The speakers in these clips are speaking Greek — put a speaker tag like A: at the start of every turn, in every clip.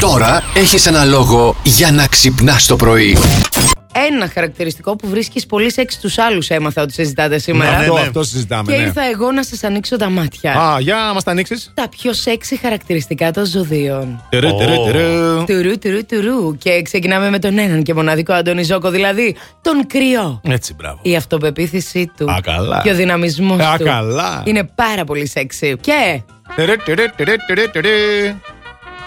A: Τώρα έχεις ένα λόγο για να ξυπνάς το πρωί.
B: Ένα χαρακτηριστικό που βρίσκεις πολύ σεξ του άλλους, έμαθα ότι συζητάτε σήμερα.
C: Ναι,
D: Αυτό,
C: ναι.
D: αυτό συζητάμε.
B: Και
D: ναι.
B: ήρθα εγώ να σας ανοίξω τα μάτια.
D: Α, για να μας τα ανοίξεις.
B: Τα πιο σεξι χαρακτηριστικά των ζωδίων.
C: Ω.
B: Τουρού, τουρού, τουρού. Και ξεκινάμε με τον έναν και μοναδικό Αντώνη Ζόκο, δηλαδή τον κρυό.
C: Έτσι, μπράβο.
B: Η αυτοπεποίθησή του.
D: Α, καλά.
B: Και ο δυναμισμός
D: Α,
B: του.
D: καλά.
B: Είναι πάρα πολύ σεξι. Και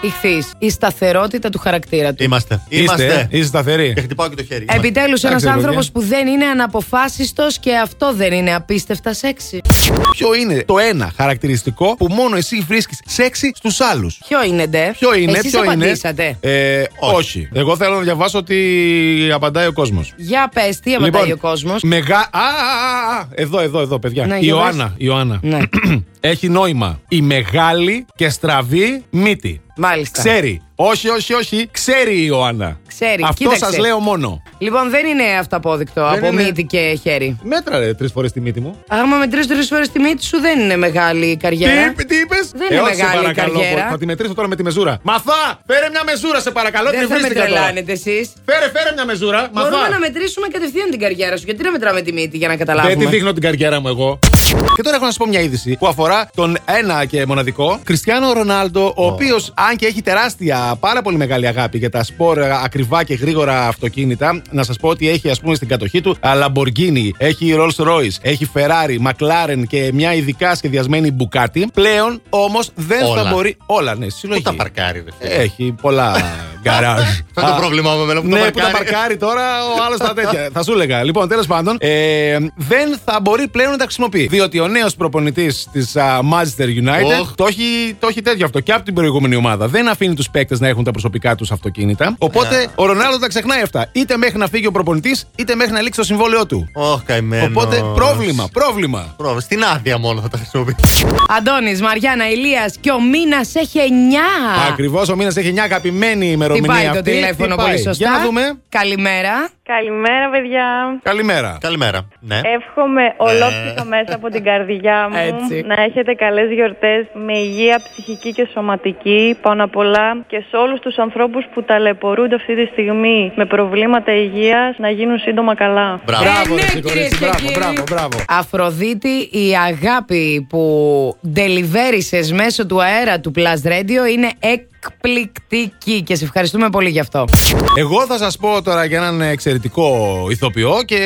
B: ηχθείς. Η σταθερότητα του χαρακτήρα του.
C: Είμαστε.
D: Είστε,
C: Είμαστε.
D: είσαι
C: Και
D: σταθερή.
C: χτυπάω και το χέρι.
B: Επιτέλους,
D: Εντάξει,
B: ένα
D: ρε,
B: άνθρωπο
D: παιδιά.
B: που δεν είναι αναποφάσιστος και αυτό δεν είναι απίστευτα σεξι.
D: Ποιο είναι το ένα χαρακτηριστικό που μόνο εσύ βρίσκεις σεξι στους άλλους.
B: Ποιο είναι, ντε.
D: Ποιο είναι,
B: Εσείς
D: ποιο
B: απαντήσατε.
D: είναι. Ε, όχι.
C: Όχι.
D: Εγώ θέλω να διαβάσω τι απαντάει ο κόσμος.
B: Για πες, τι απαντάει
D: Λοιπόν.
B: ο κόσμος.
D: Μεγα... Α, α, α, α, εδώ, εδώ, εδώ, παιδιά.
B: Ναι,
D: Η
B: για πες.
D: Ιωάννα, η Ιωάννα.
B: Ναι,
D: Έχει νόημα. Η μεγάλη και στραβή μύτη.
B: μάλιστα.
D: Ξέρει. Όχι, όχι, όχι. Ξέρει η Ιωάννα.
B: Ξέρει,
D: Αυτό
B: κοίταξε.
D: σας λέω μόνο.
B: Λοιπόν, δεν είναι αυταπόδεικτο
D: Δεν
B: από
D: είναι.
B: μύτη και χέρι.
D: Μέτρα, ρε, τρεις φορές τη μύτη μου.
B: Άμα με τρει-τρει φορές τη μύτη σου δεν είναι μεγάλη η καριέρα.
D: Τι, Ε, τι είπες,
B: Δεν είναι μεγάλη η καριέρα.
D: Θα τη μετρήσω τώρα με τη μεζούρα. Μαθά! Φέρε μια μεζούρα, σε παρακαλώ.
B: Δεν θα με
D: τριβίστηκα τώρα.
B: τρελάνετε εσείς.
D: Φέρε, φέρε μια μεζούρα.
B: Μπορούμε
D: Μαθά.
B: να μετρήσουμε κατευθείαν την καριέρα σου. Γιατί να μετράμε τη μύτη για να
D: Δεν τη
B: καταλάβουμε.
D: δείχνω την καριέρα μου εγώ. Και τώρα έχω να σα πω μια είδηση που αφορά τον ένα και μοναδικό Κριστιανό Ρονάλντο, ο οποίος, αν και έχει τεράστια, πάρα πολύ μεγάλη αγάπη για τα σπορ α, ακριβά και γρήγορα αυτοκίνητα, να σας πω ότι έχει ας πούμε στην κατοχή του α, Lamborghini, έχει Rolls Royce, έχει Ferrari, McLaren και μια ειδικά σχεδιασμένη Bugatti. Πλέον όμως δεν
C: Όλα.
D: θα μπορεί. Όλα, ναι,
C: Πού
D: συλλογή.
C: τα παρκάρει, ρε φίλε.
D: Έχει πολλά γκαράζ.
C: Αυτό είναι
D: Α,
C: το πρόβλημά μου εμένα που
D: ναι,
C: τα
D: που τα
C: παρκάρει.
D: παρκάρει τώρα ο άλλος τα τέτοια. θα σου έλεγα. Λοιπόν, τέλος πάντων, ε, δεν θα μπορεί πλέον να τα χρησιμοποιεί. Διότι ο νέος προπονητής της Manchester United
C: Οχ.
D: το, έχει, το έχει τέτοιο αυτό και από την προηγούμενη ομάδα. Δεν αφήνει τους παίκτες να έχουν τα προσωπικά τους αυτοκίνητα. Οπότε
B: Ε.
D: ο Ρονάλντο τα ξεχνάει αυτά. Είτε μέχρι να φύγει ο προπονητής, είτε μέχρι να λήξει το συμβόλαιό του.
C: Ωχ,
B: Ε,
C: καημένος.
D: Οπότε πρόβλημα, πρόβλημα.
C: Πρόβλημα. Στην άδεια μόνο θα τα χρησιμοποιεί.
B: Αντώνης, Μαριάννα, Ηλίας και ο μήνας έχει 9.
D: Ακριβώς ο μήνας έχει 9 αγαπημένη
B: Τι
D: ημερομηνία.
B: πάει το
D: αυτή.
B: τηλέφωνο
D: Τι πάει.
B: πολύ σωστά.
D: Για να δούμε.
B: Καλημέρα.
E: Καλημέρα, παιδιά.
D: Καλημέρα.
C: Καλημέρα. Ναι.
E: Εύχομαι ολόψυχα μέσα από την καρδιά μου
B: Έτσι.
E: να έχετε καλές γιορτές με υγεία ψυχική και σωματική πάνω απ' όλα και σε όλους τους ανθρώπους που ταλαιπωρούνται αυτή τη στιγμή με προβλήματα υγείας να γίνουν σύντομα καλά.
C: Μπράβο.
B: Ε, ναι,
D: ρε,
B: κυρίες
D: κορίτσι,
B: και
D: Μπράβο,
B: κύριοι.
D: μπράβο, μπράβο.
B: Αφροδίτη, η αγάπη που ντελιβέρισες μέσω του αέρα του Plus Radio είναι εκπληκτική και σε ευχαριστούμε πολύ γι' αυτό.
D: Εγώ θα σας πω τώρα για έναν εξαιρετικό ηθοποιό και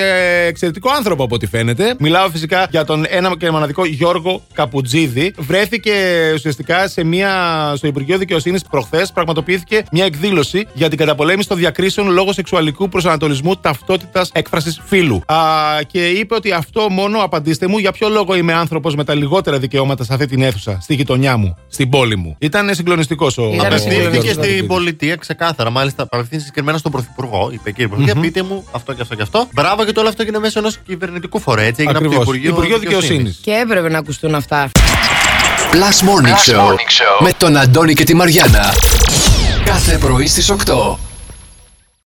D: εξαιρετικό άνθρωπο από ό,τι φαίνεται. Μιλάω φυσικά για τον ένα και μοναδικό Γιώργο Καπουτζίδη. Βρέθηκε ουσιαστικά σε μια, στο Υπουργείο Δικαιοσύνης προχθές. Πραγματοποιήθηκε μια εκδήλωση για την καταπολέμηση των διακρίσεων λόγω σεξουαλικού προσανατολισμού ταυτότητας έκφρασης φύλου. Α, και είπε ότι αυτό μόνο απαντήστε μου για ποιο λόγο είμαι άνθρωπος με τα λιγότερα δικαιώματα σε αυτή την αίθουσα, στη γειτονιά μου, στην πόλη μου. Ήταν συγκλονιστικός ο
B: Ήταν
D: ο-
C: Απευθύνθηκε
B: Καλημέρα.
C: στην πολιτεία ξεκάθαρα. Μάλιστα, απευθύνθηκε συγκεκριμένα στον Πρωθυπουργό. Είπε κύριε Πρωθυπουργέ, πείτε μου αυτό και αυτό και αυτό. Μπράβο και το όλο αυτό έγινε μέσω ενός κυβερνητικού φορέα. Έτσι έγινε από το
D: Ακριβώς.
C: Υπουργείο,
D: Υπουργείο Δικαιοσύνης.
B: Και έπρεπε να ακουστούν αυτά.
A: Plus Morning, Show, με τον Αντώνη και τη Μαριάνα. Κάθε πρωί στις 8.